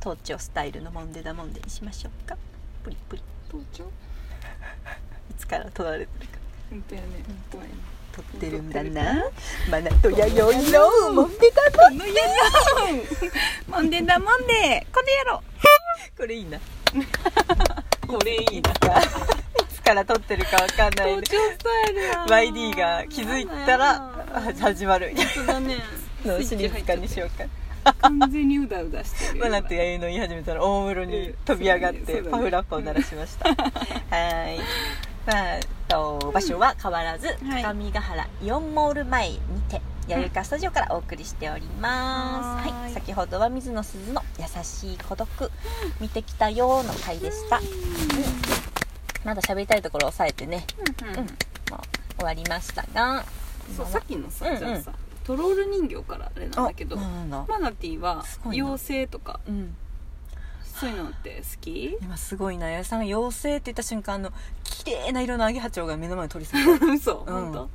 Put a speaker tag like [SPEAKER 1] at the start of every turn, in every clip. [SPEAKER 1] 東京スタイルのモンデダモンデにしましょうかプリプリ
[SPEAKER 2] 東京
[SPEAKER 1] いつから撮られてるか
[SPEAKER 2] 本当やね怖いね
[SPEAKER 1] 撮ってるんだなマナとやよいのモンデダモンデ
[SPEAKER 2] モンデーだモンデーこの野郎
[SPEAKER 1] これいいなこれいいないつから撮ってるかわかんないね
[SPEAKER 2] 東京スタイルや
[SPEAKER 1] YD が気づいたらあ始まる
[SPEAKER 2] 本当だね
[SPEAKER 1] のシリーズ化にしようか
[SPEAKER 2] 完全にうだうだしてる
[SPEAKER 1] マナとやよいの言い始めたら大室に飛び上がっ
[SPEAKER 2] そうだ
[SPEAKER 1] て
[SPEAKER 2] ね
[SPEAKER 1] パフラッパを鳴らしました はーいまあと場所は変わらず、
[SPEAKER 2] はい
[SPEAKER 1] 高見ヶ原イオンモール前にてやゆかスタジオからお送りしております、
[SPEAKER 2] はーい
[SPEAKER 1] はい、先ほどは水野すずの「優しい孤独見てきたよ」の回でしたまだ喋りたいところを抑えてね
[SPEAKER 2] うんうんうん
[SPEAKER 1] もう終わりましたが
[SPEAKER 2] そうさっきのさ、
[SPEAKER 1] うんうん
[SPEAKER 2] じゃあさトロール人形からあれなんだけど、
[SPEAKER 1] あなんだ
[SPEAKER 2] マナティーは
[SPEAKER 1] すごいな
[SPEAKER 2] 妖精とか
[SPEAKER 1] うん
[SPEAKER 2] そういうのって好き
[SPEAKER 1] 今すごいな八重さんが妖精って言った瞬間あの綺麗な色のアゲハチョウが目の前に通り過ぎた
[SPEAKER 2] 嘘
[SPEAKER 1] う
[SPEAKER 2] 本
[SPEAKER 1] ん
[SPEAKER 2] 当、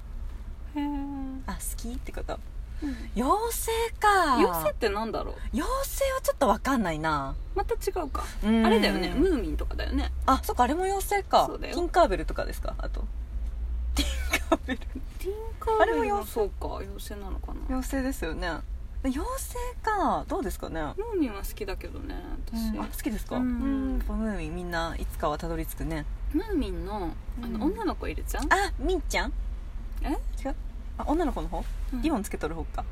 [SPEAKER 2] へー
[SPEAKER 1] あ好きってこと
[SPEAKER 2] うん
[SPEAKER 1] 妖精か
[SPEAKER 2] 妖精ってなんだろう
[SPEAKER 1] 妖精はちょっとわかんないな
[SPEAKER 2] また違うか
[SPEAKER 1] うん
[SPEAKER 2] あれだよねムーミンとかだよね
[SPEAKER 1] あそっかあれも妖精か
[SPEAKER 2] そうだよ
[SPEAKER 1] ティンカーベルとかですかあとティンカーベル
[SPEAKER 2] ティンカ
[SPEAKER 1] あ
[SPEAKER 2] ー
[SPEAKER 1] れ
[SPEAKER 2] ベ
[SPEAKER 1] も
[SPEAKER 2] ルは
[SPEAKER 1] 妖
[SPEAKER 2] そうか妖精なのかなム
[SPEAKER 1] 妖精ですよね妖精かどうですかね、
[SPEAKER 2] ーミンは好きだけどね
[SPEAKER 1] う
[SPEAKER 2] 私、
[SPEAKER 1] んあ好きですか
[SPEAKER 2] う
[SPEAKER 1] うんんボムーミンみんないつかはたどり着くね
[SPEAKER 2] ムーミンのあの
[SPEAKER 1] うん
[SPEAKER 2] 女の子いるじゃん、
[SPEAKER 1] あみーちゃん
[SPEAKER 2] え
[SPEAKER 1] 違うあ女の子の方
[SPEAKER 2] うん
[SPEAKER 1] リボンつけとる方か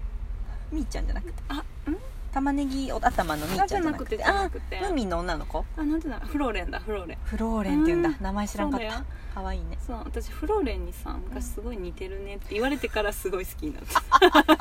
[SPEAKER 1] みーちゃんじゃなくて
[SPEAKER 2] あうん
[SPEAKER 1] 玉ねぎお頭のみーちゃんじゃなくて
[SPEAKER 2] あじゃなくてじ
[SPEAKER 1] あ
[SPEAKER 2] ゃなくて
[SPEAKER 1] ムーミンの女の子
[SPEAKER 2] あなんていうのフローレンだフローレン
[SPEAKER 1] フローレンって言うんだ、
[SPEAKER 2] うん
[SPEAKER 1] 名前知らんかっ
[SPEAKER 2] そうだ
[SPEAKER 1] た
[SPEAKER 2] よ
[SPEAKER 1] 可愛いね
[SPEAKER 2] そう私フローレンにさ昔すごい似てるねって言われてからすごい好きになった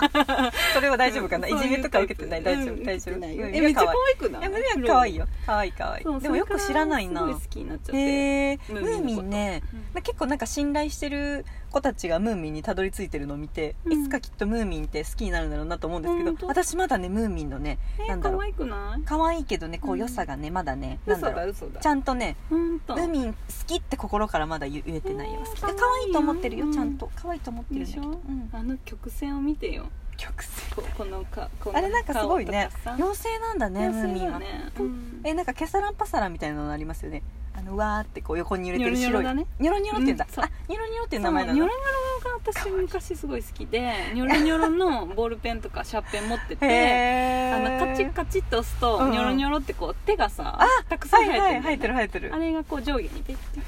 [SPEAKER 1] それは大丈夫かな、
[SPEAKER 2] うん
[SPEAKER 1] いじめとか受けてない
[SPEAKER 2] そう
[SPEAKER 1] 大
[SPEAKER 2] う
[SPEAKER 1] 丈夫大丈夫
[SPEAKER 2] タイプうん受けてないよ
[SPEAKER 1] うん
[SPEAKER 2] えめっちゃ可
[SPEAKER 1] 可
[SPEAKER 2] 愛くないい
[SPEAKER 1] や胸は可愛いよ可愛い可愛い
[SPEAKER 2] そう
[SPEAKER 1] でもよく知らないな
[SPEAKER 2] それからすごい好きになっちゃっ
[SPEAKER 1] へ
[SPEAKER 2] て、
[SPEAKER 1] え
[SPEAKER 2] ム
[SPEAKER 1] ム
[SPEAKER 2] ー
[SPEAKER 1] ー
[SPEAKER 2] ミ
[SPEAKER 1] ミ
[SPEAKER 2] ンのこと
[SPEAKER 1] ンね
[SPEAKER 2] うん
[SPEAKER 1] まあ結構なんか信頼してる子たちがムーミンにたどり着いてるのを見て、
[SPEAKER 2] う
[SPEAKER 1] い
[SPEAKER 2] ん
[SPEAKER 1] つかきっとムーミンって好きになるんだろうなと思うんですけ
[SPEAKER 2] 本当
[SPEAKER 1] ど私まだねムーミンのね
[SPEAKER 2] え
[SPEAKER 1] な
[SPEAKER 2] ー、
[SPEAKER 1] んだろ
[SPEAKER 2] 可
[SPEAKER 1] う
[SPEAKER 2] 愛くない
[SPEAKER 1] 可愛いけどねこう良さがね、まだねなん
[SPEAKER 2] 嘘
[SPEAKER 1] だ
[SPEAKER 2] だ
[SPEAKER 1] ろう
[SPEAKER 2] 嘘だ
[SPEAKER 1] ちゃんとね
[SPEAKER 2] ほんと
[SPEAKER 1] ムーミン好きって心からまだ言言えてないよ
[SPEAKER 2] うん
[SPEAKER 1] 好きだ可愛いと思ってるよ、
[SPEAKER 2] 可愛い
[SPEAKER 1] ち
[SPEAKER 2] よ
[SPEAKER 1] ゃんと可愛いと思ってるんだけど、
[SPEAKER 2] でしょ
[SPEAKER 1] うん、
[SPEAKER 2] あの曲線を見てよ
[SPEAKER 1] 曲線
[SPEAKER 2] ここのかこの
[SPEAKER 1] あれなんかすごいね
[SPEAKER 2] 顔とかさ
[SPEAKER 1] 妖精なんだねムー
[SPEAKER 2] 妖
[SPEAKER 1] ミ
[SPEAKER 2] 精
[SPEAKER 1] ン
[SPEAKER 2] だ
[SPEAKER 1] は、
[SPEAKER 2] ね
[SPEAKER 1] ムーミ
[SPEAKER 2] え
[SPEAKER 1] えなんかケサランパサランみたいなのありますよねあのうわーってこう横に揺れてる
[SPEAKER 2] ニョ
[SPEAKER 1] 白
[SPEAKER 2] ロニョロだ
[SPEAKER 1] い
[SPEAKER 2] ね
[SPEAKER 1] ニョロニョロって言うんだ、
[SPEAKER 2] うんそう
[SPEAKER 1] あニョロニョロってい
[SPEAKER 2] そうう
[SPEAKER 1] 名前な
[SPEAKER 2] ニョ
[SPEAKER 1] の
[SPEAKER 2] ロニョロが私昔すごい好きでニョロニョロのボールペンとかシャーペン持って
[SPEAKER 1] へ
[SPEAKER 2] てあ
[SPEAKER 1] ー
[SPEAKER 2] のカチッカチッと押すと、
[SPEAKER 1] うん
[SPEAKER 2] ニョロニョロってこう手がさたくさ
[SPEAKER 1] は
[SPEAKER 2] ん
[SPEAKER 1] い
[SPEAKER 2] 生えてるんだ
[SPEAKER 1] はい生え
[SPEAKER 2] よね
[SPEAKER 1] てる生えてる
[SPEAKER 2] あれがこう上下にピッピッピッ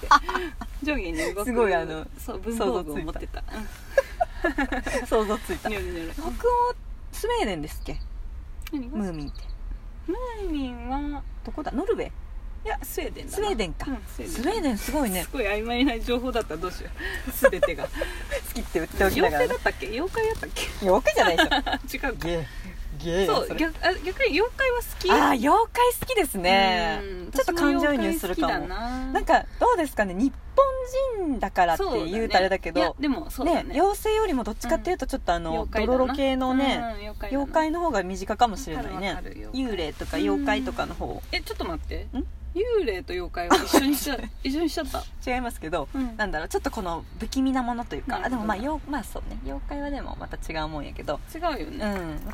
[SPEAKER 2] ピッって上下に動く
[SPEAKER 1] すごいあの
[SPEAKER 2] そう文房具を持ってた
[SPEAKER 1] 想像つい
[SPEAKER 2] うん
[SPEAKER 1] た
[SPEAKER 2] ニョロニョロ
[SPEAKER 1] 北欧スウェーデンですっけ
[SPEAKER 2] 何が
[SPEAKER 1] ムーミンって
[SPEAKER 2] ムーミンは
[SPEAKER 1] どこだノルウェー
[SPEAKER 2] いやスウェーデンだな
[SPEAKER 1] スウェーデンか
[SPEAKER 2] うんスウェーデン
[SPEAKER 1] スウェーデンすごいね
[SPEAKER 2] すごい曖昧な情報だったらどうしよう 全 てが
[SPEAKER 1] 好きって言っておきな
[SPEAKER 2] 妖
[SPEAKER 1] がら
[SPEAKER 2] 怪
[SPEAKER 1] ね
[SPEAKER 2] だったっけ妖怪だったっけ
[SPEAKER 1] 妖怪じゃないでしょ
[SPEAKER 2] あ 違うか
[SPEAKER 1] ゲーゲー
[SPEAKER 2] そう逆あ逆に妖怪は好き
[SPEAKER 1] ああ妖怪好きですね
[SPEAKER 2] うん
[SPEAKER 1] ちょっと感情移入するか
[SPEAKER 2] 私
[SPEAKER 1] も
[SPEAKER 2] 妖怪好きだな
[SPEAKER 1] なんかどうですかね日本人だからって
[SPEAKER 2] そうだね
[SPEAKER 1] 言うとあれだけ
[SPEAKER 2] いや
[SPEAKER 1] ど
[SPEAKER 2] でもそうだ
[SPEAKER 1] ね
[SPEAKER 2] ね
[SPEAKER 1] 妖精よりもどっちかっていうとちょっとあのド
[SPEAKER 2] 妖怪だ
[SPEAKER 1] ロ
[SPEAKER 2] な
[SPEAKER 1] ロ系のね
[SPEAKER 2] うん妖怪だな
[SPEAKER 1] 妖怪の方が身近かもしれない
[SPEAKER 2] わ
[SPEAKER 1] ね
[SPEAKER 2] かるわかる
[SPEAKER 1] 幽
[SPEAKER 2] 妖怪
[SPEAKER 1] 霊とか妖怪とかの方
[SPEAKER 2] えちょっと待って幽霊と妖怪を一緒にしちゃ一緒にしちゃった
[SPEAKER 1] 違いますけど
[SPEAKER 2] うん
[SPEAKER 1] なんだろうちょっとこの不気味なものというかあ
[SPEAKER 2] な
[SPEAKER 1] で
[SPEAKER 2] るほ
[SPEAKER 1] も
[SPEAKER 2] ど
[SPEAKER 1] まあ妖まあそうね妖怪はでもまた違うもんやけど
[SPEAKER 2] 違うよ
[SPEAKER 1] うん
[SPEAKER 2] ね、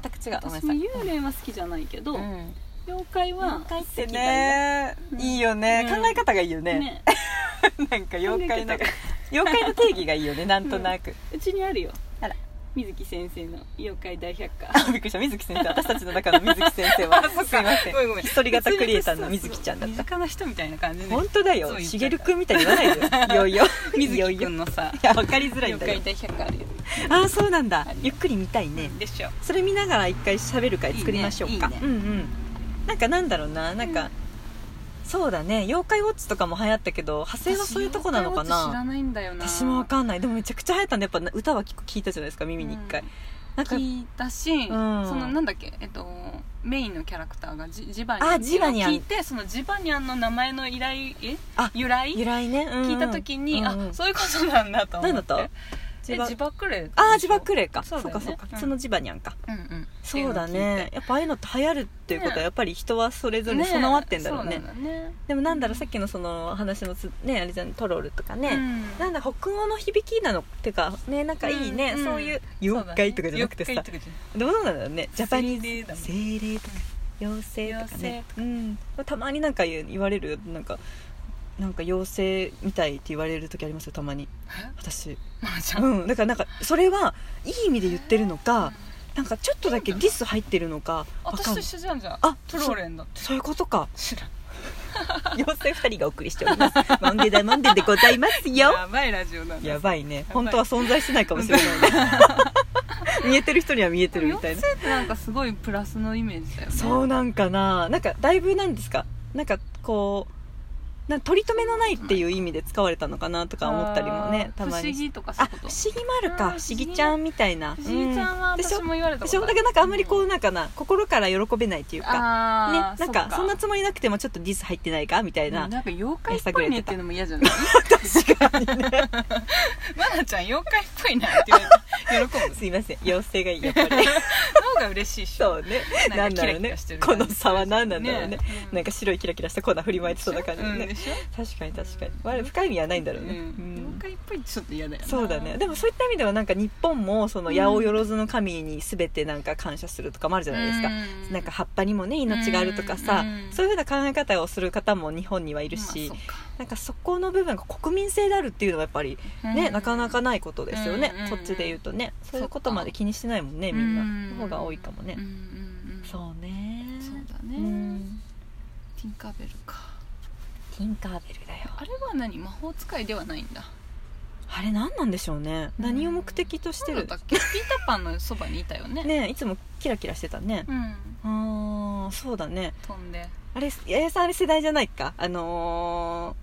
[SPEAKER 1] 全く違うごめ
[SPEAKER 2] 私
[SPEAKER 1] んな
[SPEAKER 2] も
[SPEAKER 1] さい
[SPEAKER 2] 幽霊は好きじゃないけど、
[SPEAKER 1] うん
[SPEAKER 2] 妖怪は
[SPEAKER 1] 妖怪って
[SPEAKER 2] 好きだよ
[SPEAKER 1] ね
[SPEAKER 2] うん
[SPEAKER 1] いいよね
[SPEAKER 2] う
[SPEAKER 1] 考
[SPEAKER 2] ん
[SPEAKER 1] え方がいいよね
[SPEAKER 2] ね
[SPEAKER 1] なんか妖怪の
[SPEAKER 2] 考え方が
[SPEAKER 1] 妖怪の定義がいいよねなんとなく
[SPEAKER 2] うちにあるよ
[SPEAKER 1] あら
[SPEAKER 2] 水木先生の妖怪大百科
[SPEAKER 1] あびっくりした水木先生私たちの中の水木先生は
[SPEAKER 2] あそっか
[SPEAKER 1] すいません
[SPEAKER 2] ごめんごめん
[SPEAKER 1] 一人型クリエイターの水木ちゃんだっ
[SPEAKER 2] 身
[SPEAKER 1] た
[SPEAKER 2] 近な人みたいな感じで
[SPEAKER 1] 本当だ
[SPEAKER 2] そ
[SPEAKER 1] よ
[SPEAKER 2] う言っ
[SPEAKER 1] し
[SPEAKER 2] ちゃ
[SPEAKER 1] げ
[SPEAKER 2] う
[SPEAKER 1] るくんみたいに言わないでよいよいよ
[SPEAKER 2] 水木く
[SPEAKER 1] い
[SPEAKER 2] んのさ
[SPEAKER 1] や分かりづらいん
[SPEAKER 2] 妖
[SPEAKER 1] だよ
[SPEAKER 2] 怪大百科あるよ
[SPEAKER 1] ああそうなんだゆっくり見たいね
[SPEAKER 2] でしょ
[SPEAKER 1] それ見ながら一回喋る会作りましょうか
[SPEAKER 2] いいねいいね
[SPEAKER 1] うんうんなんかなんだろうななんか、
[SPEAKER 2] うん
[SPEAKER 1] そうだね妖怪ウォッチとかも流行ったけど派生はそういうとこなのか
[SPEAKER 2] 私妖怪ウォッチ知ら
[SPEAKER 1] な
[SPEAKER 2] ないんだよな
[SPEAKER 1] 私もわかんないでもめちゃくちゃ流行ったんでやっぱ歌は聞く聞いたじゃないですか耳に一回、
[SPEAKER 2] うん
[SPEAKER 1] なんか
[SPEAKER 2] 聞いたし、そのなんだっけえっとメインのキャラクターがジジバニャン
[SPEAKER 1] あジバニャン
[SPEAKER 2] 聞いてそのジバニャンの名前の依頼え
[SPEAKER 1] あ
[SPEAKER 2] 由来
[SPEAKER 1] 由来ね、うんうん
[SPEAKER 2] 聞いた時に、
[SPEAKER 1] うんうん
[SPEAKER 2] あそういうことなんだと思って
[SPEAKER 1] なんだった
[SPEAKER 2] え自爆霊
[SPEAKER 1] ああ自爆霊か
[SPEAKER 2] そ
[SPEAKER 1] そうう
[SPEAKER 2] だ
[SPEAKER 1] か
[SPEAKER 2] よね
[SPEAKER 1] そうか、
[SPEAKER 2] うん
[SPEAKER 1] そのジバニャンか
[SPEAKER 2] うんうん
[SPEAKER 1] そうだねやっぱああいうのって流行るっていうことは
[SPEAKER 2] ね
[SPEAKER 1] やっぱり人はそれ
[SPEAKER 2] って
[SPEAKER 1] ぞ
[SPEAKER 2] いうの
[SPEAKER 1] れ
[SPEAKER 2] を聞い
[SPEAKER 1] 備わってんだろうね
[SPEAKER 2] そうなんだね
[SPEAKER 1] でもなんだろうさっきのその話のつねあれじゃんトロルとかね、
[SPEAKER 2] うん
[SPEAKER 1] なんだ北欧の響きなのってかねなんかいいね、
[SPEAKER 2] うんうん
[SPEAKER 1] そういう妖怪とかじゃなくてさ、
[SPEAKER 2] そうだね妖怪とかじゃなくて
[SPEAKER 1] どうなんだろうねジャパニーズ
[SPEAKER 2] 精霊だもん
[SPEAKER 1] 精霊とか妖精とかね
[SPEAKER 2] 妖
[SPEAKER 1] う
[SPEAKER 2] 精
[SPEAKER 1] ん、たまになんか言う言われるなんかなんか妖精みたいって言われる時ありますよたまに私
[SPEAKER 2] まあじゃん
[SPEAKER 1] うんだからなんかそれはいい意味で言ってるのかなんかちょっとだけディス入ってるのかわかん
[SPEAKER 2] 私と
[SPEAKER 1] ない
[SPEAKER 2] 一緒じゃんじゃん
[SPEAKER 1] あ
[SPEAKER 2] トローレンだって
[SPEAKER 1] そういうことか
[SPEAKER 2] 知らん
[SPEAKER 1] 妖精二人がお送りしておりますマンデだマンデでございますよ
[SPEAKER 2] やばいラジオだな
[SPEAKER 1] やばいね
[SPEAKER 2] ばい
[SPEAKER 1] 本当は存在してないかもしれ ないね見えてる人には見えてるみたい
[SPEAKER 2] 妖
[SPEAKER 1] な
[SPEAKER 2] 精ってなんかすごいプラスのイメージだよね
[SPEAKER 1] そうなんかななんかだいぶなんですかなんかこうなん取り留めのないっていう意味で使われたのかなとか思ったりもね
[SPEAKER 2] あー
[SPEAKER 1] たまに
[SPEAKER 2] 不思議とかそう
[SPEAKER 1] あ
[SPEAKER 2] いうこ
[SPEAKER 1] 不
[SPEAKER 2] と
[SPEAKER 1] 思議もあるか
[SPEAKER 2] うん
[SPEAKER 1] 不思議ちゃんみたいな
[SPEAKER 2] 不思議ちゃんは
[SPEAKER 1] うでしょ
[SPEAKER 2] 私も言われ
[SPEAKER 1] で
[SPEAKER 2] たこ
[SPEAKER 1] し
[SPEAKER 2] と
[SPEAKER 1] ょだからなんかあんまりこうなんかな心から喜べないっていうかね
[SPEAKER 2] あー
[SPEAKER 1] なんかそんな
[SPEAKER 2] っ
[SPEAKER 1] つもりなくてもちょっとディス入ってないかみたいな
[SPEAKER 2] なんか妖怪っぽいねっていうのも嫌じゃな い
[SPEAKER 1] 確かにね
[SPEAKER 2] マナちゃん妖怪っぽいなって言われて喜ぶ
[SPEAKER 1] すいません妖精がいいやっぱり
[SPEAKER 2] の方が嬉しいっしょ
[SPEAKER 1] そうね
[SPEAKER 2] な
[SPEAKER 1] なんん
[SPEAKER 2] か
[SPEAKER 1] だ
[SPEAKER 2] キラ
[SPEAKER 1] ろう
[SPEAKER 2] キ
[SPEAKER 1] ね
[SPEAKER 2] ラしてる
[SPEAKER 1] こ
[SPEAKER 2] 感じ
[SPEAKER 1] の差は何なんだろうね
[SPEAKER 2] ねうん
[SPEAKER 1] なんか白いキラキラした粉振りまいてそうな感じで
[SPEAKER 2] うん
[SPEAKER 1] ね
[SPEAKER 2] でしょ
[SPEAKER 1] 確かに確かに、まあ、あれ深い意味はないんだろうね、
[SPEAKER 2] うん
[SPEAKER 1] うん
[SPEAKER 2] 妖怪っぽいってちょっと嫌だよな
[SPEAKER 1] そうだねでもそういった意味ではなんか日本もその八百万の神に全てなんか感謝するとかもあるじゃないですか、
[SPEAKER 2] うん
[SPEAKER 1] なんか葉っぱにもね命があるとかさ、
[SPEAKER 2] うん
[SPEAKER 1] そういうふうな考え方をする方も日本にはいるし、
[SPEAKER 2] まあそうか
[SPEAKER 1] なんかそこの部分が国民性であるっていうのはやっぱりね、
[SPEAKER 2] うん
[SPEAKER 1] なかなかないことですよね、
[SPEAKER 2] うんうんうん
[SPEAKER 1] こっちで言うとねそういうことまで気にしてないもんねみんな、の方が多いかもね、
[SPEAKER 2] うんうんうん
[SPEAKER 1] そうね
[SPEAKER 2] そうだね、
[SPEAKER 1] うん
[SPEAKER 2] ティンカーベルか
[SPEAKER 1] ティンカーベルだよ
[SPEAKER 2] あれは何魔法使いではないんだ
[SPEAKER 1] あれ何なんでしょうね
[SPEAKER 2] うん
[SPEAKER 1] 何を目的として
[SPEAKER 2] そう
[SPEAKER 1] る
[SPEAKER 2] だっ けピーターパンのそばにいたよね
[SPEAKER 1] ねいつもキラキラしてたね
[SPEAKER 2] うん
[SPEAKER 1] ああそうだね
[SPEAKER 2] 飛んで
[SPEAKER 1] あれ八重さんあれ世代じゃないかあのー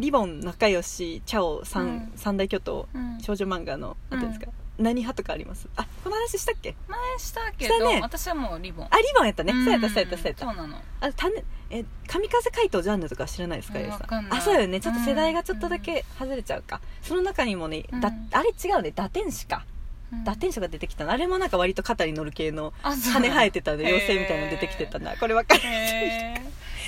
[SPEAKER 1] リボン仲良しチャオ三,、
[SPEAKER 2] うん
[SPEAKER 1] 三大巨頭
[SPEAKER 2] うん
[SPEAKER 1] 少女漫画の何ていうんですか、何派とかありますあこの話したっけ
[SPEAKER 2] 前したけ
[SPEAKER 1] した
[SPEAKER 2] ど、
[SPEAKER 1] ね
[SPEAKER 2] 私はもうリボン
[SPEAKER 1] あリボンやったね
[SPEAKER 2] うん
[SPEAKER 1] そうやったそうやったそうやっ
[SPEAKER 2] そ
[SPEAKER 1] た
[SPEAKER 2] うなの
[SPEAKER 1] あたねえ神風怪盗ジャンヌとかは知らないですか
[SPEAKER 2] うん
[SPEAKER 1] 八重
[SPEAKER 2] わ
[SPEAKER 1] さ
[SPEAKER 2] かん
[SPEAKER 1] ん
[SPEAKER 2] ない
[SPEAKER 1] あそうよねちょっと世代がちょっとだけ外れちゃうか、その中にもねだ
[SPEAKER 2] うん
[SPEAKER 1] あれ違うね堕天使か
[SPEAKER 2] うん
[SPEAKER 1] 堕天使が出てきたのあれもなんか割と肩に乗る系の
[SPEAKER 2] あそう
[SPEAKER 1] 羽生えてたんで妖精みたいなの出てきてたんだこれわかる
[SPEAKER 2] へー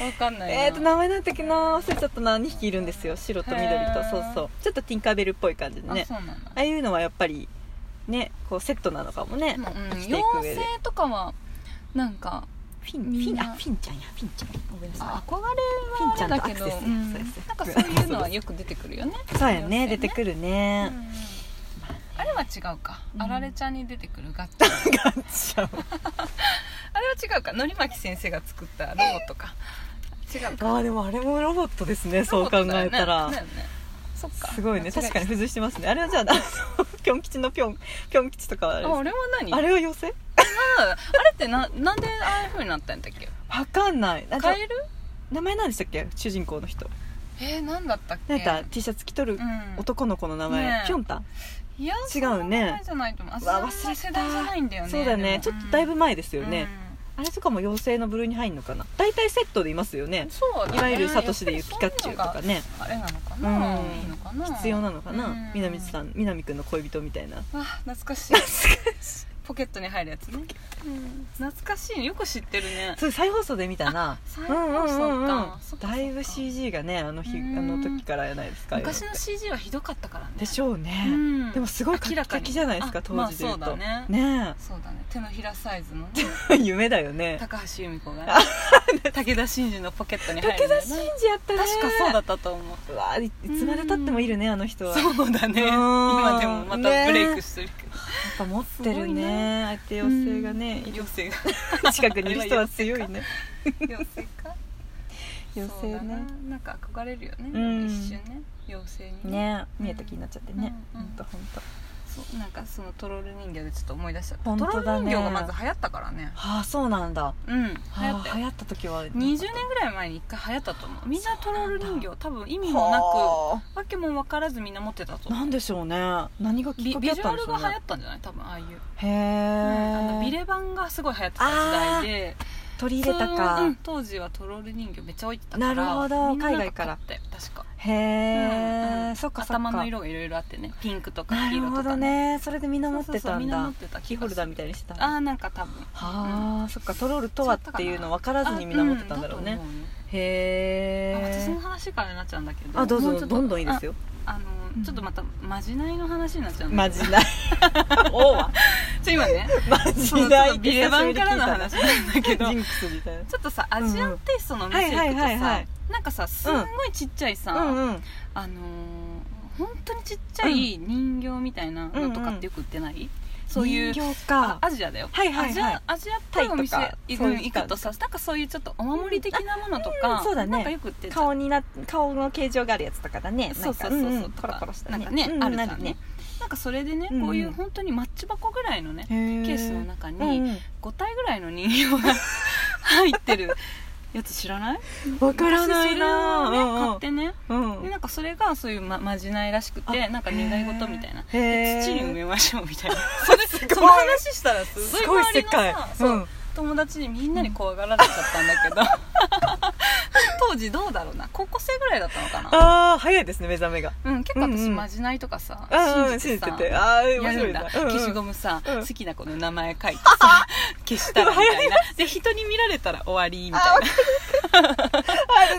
[SPEAKER 2] わかんない な
[SPEAKER 1] えーと名前なんだっけな忘れちゃったな2匹いるんですよ白と緑
[SPEAKER 2] へ
[SPEAKER 1] と
[SPEAKER 2] ー
[SPEAKER 1] そうそうちょっとティンカーベルっぽい感じでね
[SPEAKER 2] あそうなんだ
[SPEAKER 1] ああいうのはやっぱりねこうセットなのかもね、
[SPEAKER 2] でもうん
[SPEAKER 1] 生きていく上
[SPEAKER 2] 妖
[SPEAKER 1] で
[SPEAKER 2] 精とかはなんか
[SPEAKER 1] フィンフ
[SPEAKER 2] み
[SPEAKER 1] ィ
[SPEAKER 2] ん
[SPEAKER 1] ン
[SPEAKER 2] な
[SPEAKER 1] あフィンちゃんやフィンちゃんごめんなさ
[SPEAKER 2] あ憧れはあれだけど
[SPEAKER 1] フィンちゃんとアクセスそうで
[SPEAKER 2] うん
[SPEAKER 1] す
[SPEAKER 2] なんかそういうのはよく出てくるよね
[SPEAKER 1] いそうやね
[SPEAKER 2] 妖精
[SPEAKER 1] 出てくる
[SPEAKER 2] うん
[SPEAKER 1] ね、
[SPEAKER 2] あれは違うか、
[SPEAKER 1] うん
[SPEAKER 2] あられちゃんに出てくるガッチャ
[SPEAKER 1] ガッチャン
[SPEAKER 2] あれは違うかのりまき先生が作ったロボットか違うか
[SPEAKER 1] あーでもあれもロボットですねそう考えたら、
[SPEAKER 2] ロボットだよねだよねそっか
[SPEAKER 1] すごいね
[SPEAKER 2] 間違
[SPEAKER 1] 確か
[SPEAKER 2] え
[SPEAKER 1] に付随してますねあれはじゃああの ピョン吉のピョンピョン吉とかはあ
[SPEAKER 2] た
[SPEAKER 1] れで
[SPEAKER 2] ああれは
[SPEAKER 1] す
[SPEAKER 2] 何
[SPEAKER 1] あれは妖精
[SPEAKER 2] あれってななんでああいうふうになったんだっけ
[SPEAKER 1] わかんないあじゃあ
[SPEAKER 2] カエル
[SPEAKER 1] 名前なんでしたっけ主人公の人
[SPEAKER 2] えー、何だったっけ
[SPEAKER 1] なんか T シャツ着とる
[SPEAKER 2] うん
[SPEAKER 1] 男の子の名
[SPEAKER 2] ね
[SPEAKER 1] 前
[SPEAKER 2] え
[SPEAKER 1] ピョンタ
[SPEAKER 2] いや
[SPEAKER 1] 違うね
[SPEAKER 2] そんな前じゃないと思うあ
[SPEAKER 1] うわ
[SPEAKER 2] そんな世代じゃないんだよね
[SPEAKER 1] そうだねちょっとだいぶ
[SPEAKER 2] で
[SPEAKER 1] 前です
[SPEAKER 2] す
[SPEAKER 1] よね、あれとかも妖精の部類に入るのかな大体セットでいますよね
[SPEAKER 2] そうだね
[SPEAKER 1] いわゆるサトシでいうピカチュウとかね
[SPEAKER 2] あれなのかな、
[SPEAKER 1] うん
[SPEAKER 2] いいのかな
[SPEAKER 1] 必要なのかな、
[SPEAKER 2] うん
[SPEAKER 1] 南地さん南くんの恋人みたいな
[SPEAKER 2] あ懐かしい懐かしいポケットに入るやつね、うん、懐かしいよく知ってるね
[SPEAKER 1] それ再放送で見たな
[SPEAKER 2] 再放送かそっか
[SPEAKER 1] だいぶ CG がねあの日あ
[SPEAKER 2] う
[SPEAKER 1] の
[SPEAKER 2] ん
[SPEAKER 1] 時からやないですか
[SPEAKER 2] 昔
[SPEAKER 1] あ
[SPEAKER 2] の CG はひどかったからね
[SPEAKER 1] あいうのってでし
[SPEAKER 2] ょ、
[SPEAKER 1] ょうね、
[SPEAKER 2] うん
[SPEAKER 1] でもすごい画
[SPEAKER 2] 明ら
[SPEAKER 1] 期
[SPEAKER 2] かに
[SPEAKER 1] 的じゃないですか
[SPEAKER 2] あ
[SPEAKER 1] 当時でいう
[SPEAKER 2] まあそ
[SPEAKER 1] と、
[SPEAKER 2] うだね
[SPEAKER 1] ね
[SPEAKER 2] そうだね手のひらサイズの
[SPEAKER 1] え夢だよね
[SPEAKER 2] 高橋由美子が、ね、武田真治のポケットに入る
[SPEAKER 1] 武
[SPEAKER 2] んだ
[SPEAKER 1] 田
[SPEAKER 2] よね
[SPEAKER 1] 真治やったね
[SPEAKER 2] 確かそうだったと思う
[SPEAKER 1] うわいいつまでたってもいるねあの人は
[SPEAKER 2] そうだね
[SPEAKER 1] うん
[SPEAKER 2] 今でもまたブレイクしてるけど、
[SPEAKER 1] やっぱ持って
[SPEAKER 2] すご
[SPEAKER 1] る
[SPEAKER 2] い
[SPEAKER 1] ね
[SPEAKER 2] ね
[SPEAKER 1] 相手妖精がね、
[SPEAKER 2] 妖精 が
[SPEAKER 1] 近くにいる人 は強いね
[SPEAKER 2] 妖精か
[SPEAKER 1] 妖
[SPEAKER 2] そう
[SPEAKER 1] 精
[SPEAKER 2] だな
[SPEAKER 1] ね
[SPEAKER 2] なんか憧れるよね、
[SPEAKER 1] うん
[SPEAKER 2] 一瞬ね妖精に
[SPEAKER 1] ね見えた気になっちゃってね、
[SPEAKER 2] うんうん
[SPEAKER 1] ほんとほんと
[SPEAKER 2] そうなんかそのトロール人形でちょっと思い出しちゃった、
[SPEAKER 1] 本
[SPEAKER 2] ト
[SPEAKER 1] 当だ
[SPEAKER 2] ロ
[SPEAKER 1] ね
[SPEAKER 2] ール人形がまず流行ったからね
[SPEAKER 1] はあそうなんだは
[SPEAKER 2] うん流
[SPEAKER 1] あ
[SPEAKER 2] 行ったよ
[SPEAKER 1] 流行った時は
[SPEAKER 2] 20年ぐらい前に一回流行ったと思うみんなトロール人形多分意味もなく
[SPEAKER 1] は
[SPEAKER 2] わけも分からずみんな持ってたと
[SPEAKER 1] あ
[SPEAKER 2] 思う
[SPEAKER 1] なんでしょうね何がきっ
[SPEAKER 2] ビ
[SPEAKER 1] か
[SPEAKER 2] ビ
[SPEAKER 1] け
[SPEAKER 2] ジ
[SPEAKER 1] だった
[SPEAKER 2] ュ
[SPEAKER 1] んでし
[SPEAKER 2] アル
[SPEAKER 1] ょ
[SPEAKER 2] が
[SPEAKER 1] う
[SPEAKER 2] 流
[SPEAKER 1] ね
[SPEAKER 2] 行ったんじゃない多分ああいう、
[SPEAKER 1] へ
[SPEAKER 2] あのビ
[SPEAKER 1] え
[SPEAKER 2] レ版がすごい流行ってた時代で
[SPEAKER 1] 取り入れた
[SPEAKER 2] そのう
[SPEAKER 1] か
[SPEAKER 2] ん当時はトロール人形めっちゃ置いてたから
[SPEAKER 1] なるほど
[SPEAKER 2] みんなが
[SPEAKER 1] 海外から
[SPEAKER 2] 買って確か
[SPEAKER 1] へ
[SPEAKER 2] うんう
[SPEAKER 1] え
[SPEAKER 2] ん
[SPEAKER 1] そっかそっか
[SPEAKER 2] 頭の色がいろいろあってねピンクとか
[SPEAKER 1] な
[SPEAKER 2] 黄
[SPEAKER 1] る
[SPEAKER 2] 色
[SPEAKER 1] ほ
[SPEAKER 2] と
[SPEAKER 1] ど
[SPEAKER 2] かね
[SPEAKER 1] ねそれでみんな持って
[SPEAKER 2] そうそうそ
[SPEAKER 1] た
[SPEAKER 2] うんみんな持
[SPEAKER 1] だ
[SPEAKER 2] ってた
[SPEAKER 1] キーホルダーみたいにしてたんだ
[SPEAKER 2] ああなんか多分
[SPEAKER 1] はあそっかトロールとはっていうの分からずにみんな持ってたんだろうね
[SPEAKER 2] あうんと思よ
[SPEAKER 1] へ
[SPEAKER 2] あ私の
[SPEAKER 1] え
[SPEAKER 2] 話からになっちゃうんだけど
[SPEAKER 1] あどう
[SPEAKER 2] もち
[SPEAKER 1] ぞ
[SPEAKER 2] ょっと
[SPEAKER 1] どんどんいいですよ
[SPEAKER 2] あの
[SPEAKER 1] うん
[SPEAKER 2] ちょっとまたまじないの話になっちゃうんだ
[SPEAKER 1] マジ ないおうわ
[SPEAKER 2] けどち ょ今ね
[SPEAKER 1] マ
[SPEAKER 2] その
[SPEAKER 1] ジ
[SPEAKER 2] ちょ
[SPEAKER 1] な
[SPEAKER 2] っ
[SPEAKER 1] い
[SPEAKER 2] とビレバンからの話なん だけど
[SPEAKER 1] ジ
[SPEAKER 2] ちょ
[SPEAKER 1] ンクスみたい
[SPEAKER 2] っとさアジアンテイストのお店行くと
[SPEAKER 1] うんはいはいはいは
[SPEAKER 2] さ
[SPEAKER 1] い
[SPEAKER 2] なんかさすんごいちっちゃいさ、
[SPEAKER 1] なうんうん
[SPEAKER 2] あのー本当にちっちゃい人形みたいなのとかってよく売ってない、そういう
[SPEAKER 1] 人形
[SPEAKER 2] あ
[SPEAKER 1] か
[SPEAKER 2] アジアだよ、
[SPEAKER 1] はいはいはい
[SPEAKER 2] アジアアジアっぽいお店
[SPEAKER 1] タイとか
[SPEAKER 2] 行く
[SPEAKER 1] そういう
[SPEAKER 2] 行くとさなんかそういうちょっとお守り的なものと
[SPEAKER 1] うんあ
[SPEAKER 2] か、
[SPEAKER 1] うんそうだね
[SPEAKER 2] なんかよく売ってるじゃん
[SPEAKER 1] 顔にな顔の形状があるやつとかだね
[SPEAKER 2] そうそうそう
[SPEAKER 1] なんかん
[SPEAKER 2] そう、
[SPEAKER 1] んコロコロした
[SPEAKER 2] なんかね、あるじゃ
[SPEAKER 1] なんる
[SPEAKER 2] ねなんかそれでね、
[SPEAKER 1] うんうん
[SPEAKER 2] こういう本当にマッチ箱ぐらいのね
[SPEAKER 1] へー
[SPEAKER 2] ケースの中
[SPEAKER 1] うん
[SPEAKER 2] に5体ぐらいの人形が入ってるやつ知らない
[SPEAKER 1] うんわからないな
[SPEAKER 2] 私それをね買ってね
[SPEAKER 1] うんうんうん
[SPEAKER 2] でなんかそれがそういうままじないらしくて
[SPEAKER 1] あ
[SPEAKER 2] なんか願い事みたいな
[SPEAKER 1] へー
[SPEAKER 2] で土に埋めましょう みたいなそれ
[SPEAKER 1] ごい
[SPEAKER 2] その話したらす
[SPEAKER 1] す
[SPEAKER 2] ご
[SPEAKER 1] ご
[SPEAKER 2] い
[SPEAKER 1] い
[SPEAKER 2] 周
[SPEAKER 1] 世
[SPEAKER 2] りの
[SPEAKER 1] 界
[SPEAKER 2] さ、そう
[SPEAKER 1] うん
[SPEAKER 2] 友達にみんなに怖がられちゃったんだけど 当時どうだろうな高校生ぐらいだったのかな
[SPEAKER 1] ああ早いですね目覚めが
[SPEAKER 2] うん、結構
[SPEAKER 1] うんう
[SPEAKER 2] 私
[SPEAKER 1] ん
[SPEAKER 2] まじないとかさ、
[SPEAKER 1] うんうん
[SPEAKER 2] 信
[SPEAKER 1] 信じ
[SPEAKER 2] じて
[SPEAKER 1] て
[SPEAKER 2] さ
[SPEAKER 1] てああ面
[SPEAKER 2] や
[SPEAKER 1] 白
[SPEAKER 2] る
[SPEAKER 1] い
[SPEAKER 2] んだ
[SPEAKER 1] なうんうん
[SPEAKER 2] 消しゴムさ、
[SPEAKER 1] うん
[SPEAKER 2] 好きな子の名前 書いてさ消したらみたいなで人に見られたら終わりみたいなあ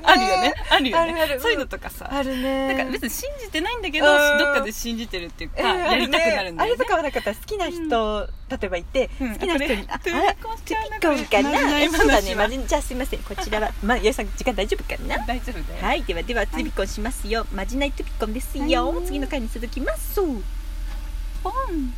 [SPEAKER 1] あ
[SPEAKER 2] るよねあるよ
[SPEAKER 1] あ
[SPEAKER 2] ね
[SPEAKER 1] るある
[SPEAKER 2] そういうのとかさ、
[SPEAKER 1] あるね
[SPEAKER 2] なんか別に信じてないんだけど、
[SPEAKER 1] うん
[SPEAKER 2] どっかで信じてるっていうか、
[SPEAKER 1] えーあ
[SPEAKER 2] やりたくなるん
[SPEAKER 1] ね
[SPEAKER 2] だよね
[SPEAKER 1] あれとかはなんかさ好きな人、例えばいて、
[SPEAKER 2] うん
[SPEAKER 1] 好きな人に
[SPEAKER 2] あ
[SPEAKER 1] あ
[SPEAKER 2] これ
[SPEAKER 1] あら
[SPEAKER 2] トゥーコンしち
[SPEAKER 1] トゥ
[SPEAKER 2] ゃうな
[SPEAKER 1] ーコンかな
[SPEAKER 2] これない
[SPEAKER 1] そうだ
[SPEAKER 2] 話
[SPEAKER 1] ね
[SPEAKER 2] は
[SPEAKER 1] マジじゃあすいませんこちら はまあよさん時間大丈夫かな
[SPEAKER 2] 大丈夫だよ、
[SPEAKER 1] はいではではトゥビコンしますよ、まじないトゥビコンですよ、
[SPEAKER 2] はい
[SPEAKER 1] 次の回に続きます
[SPEAKER 2] ポン